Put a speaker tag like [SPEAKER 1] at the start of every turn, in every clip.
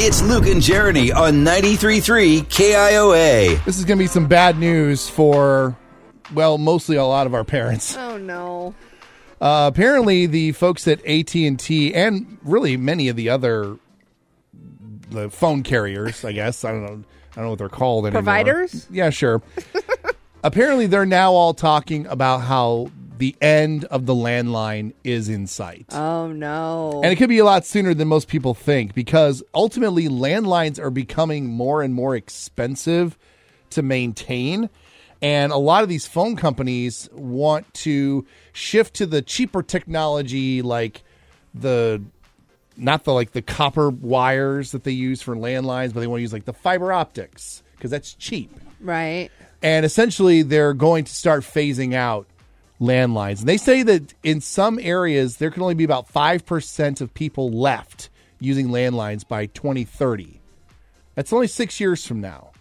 [SPEAKER 1] It's Luke and Jeremy on 93.3 KIOA.
[SPEAKER 2] This is going to be some bad news for, well, mostly a lot of our parents.
[SPEAKER 3] Oh no.
[SPEAKER 2] Uh, apparently, the folks at AT and T and really many of the other the phone carriers, I guess I don't know, I don't know what they're called anymore.
[SPEAKER 3] Providers?
[SPEAKER 2] Yeah, sure. apparently, they're now all talking about how the end of the landline is in sight.
[SPEAKER 3] Oh no.
[SPEAKER 2] And it could be a lot sooner than most people think because ultimately landlines are becoming more and more expensive to maintain. And a lot of these phone companies want to shift to the cheaper technology like the not the like the copper wires that they use for landlines, but they want to use like the fiber optics because that's cheap.
[SPEAKER 3] right.
[SPEAKER 2] And essentially, they're going to start phasing out landlines. And they say that in some areas, there can only be about 5% of people left using landlines by 2030. That's only six years from now.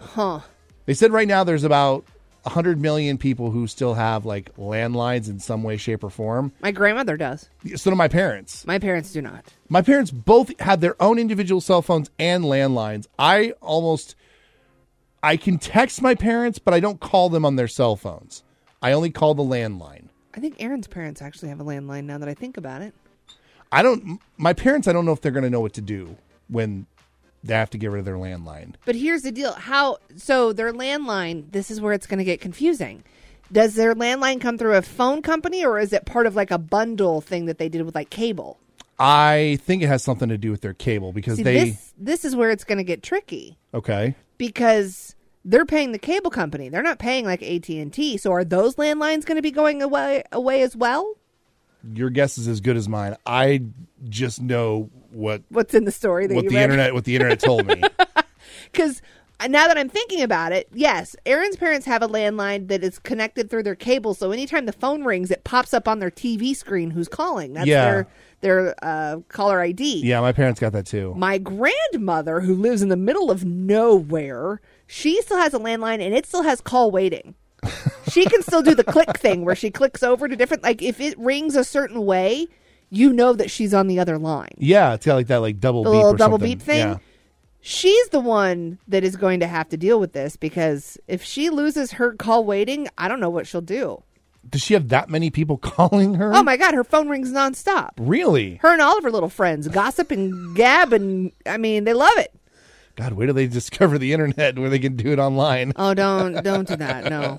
[SPEAKER 3] Huh.
[SPEAKER 2] They said right now there's about 100 million people who still have like landlines in some way, shape, or form.
[SPEAKER 3] My grandmother does.
[SPEAKER 2] So do my parents.
[SPEAKER 3] My parents do not.
[SPEAKER 2] My parents both had their own individual cell phones and landlines. I almost I can text my parents, but I don't call them on their cell phones. I only call the landline.
[SPEAKER 3] I think Aaron's parents actually have a landline now that I think about it.
[SPEAKER 2] I don't my parents I don't know if they're going to know what to do when they have to get rid of their landline.
[SPEAKER 3] But here's the deal. How so their landline, this is where it's going to get confusing. Does their landline come through a phone company or is it part of like a bundle thing that they did with like cable?
[SPEAKER 2] I think it has something to do with their cable because
[SPEAKER 3] See,
[SPEAKER 2] they
[SPEAKER 3] this this is where it's going to get tricky
[SPEAKER 2] okay.
[SPEAKER 3] because they're paying the cable company. They're not paying like AT&T. So are those landlines going to be going away away as well?
[SPEAKER 2] Your guess is as good as mine. I just know what
[SPEAKER 3] What's in the story that
[SPEAKER 2] what
[SPEAKER 3] you
[SPEAKER 2] the
[SPEAKER 3] read?
[SPEAKER 2] internet what the internet told me.
[SPEAKER 3] Because now that I'm thinking about it, yes, Aaron's parents have a landline that is connected through their cable. So anytime the phone rings, it pops up on their TV screen who's calling. That's
[SPEAKER 2] Yeah.
[SPEAKER 3] their their uh, caller ID.
[SPEAKER 2] yeah, my parents got that too.
[SPEAKER 3] My grandmother, who lives in the middle of nowhere, she still has a landline and it still has call waiting. she can still do the click thing where she clicks over to different. Like if it rings a certain way, you know that she's on the other line.
[SPEAKER 2] Yeah, it's got like that like double
[SPEAKER 3] the
[SPEAKER 2] beep
[SPEAKER 3] little
[SPEAKER 2] or
[SPEAKER 3] double
[SPEAKER 2] something.
[SPEAKER 3] beep thing.
[SPEAKER 2] Yeah.
[SPEAKER 3] She's the one that is going to have to deal with this because if she loses her call waiting, I don't know what she'll do.
[SPEAKER 2] Does she have that many people calling her?
[SPEAKER 3] Oh my God, her phone rings nonstop.
[SPEAKER 2] Really?
[SPEAKER 3] Her and all of her little friends gossip and gab, and I mean, they love it.
[SPEAKER 2] God, where do they discover the internet where they can do it online?
[SPEAKER 3] Oh, don't don't do that. No,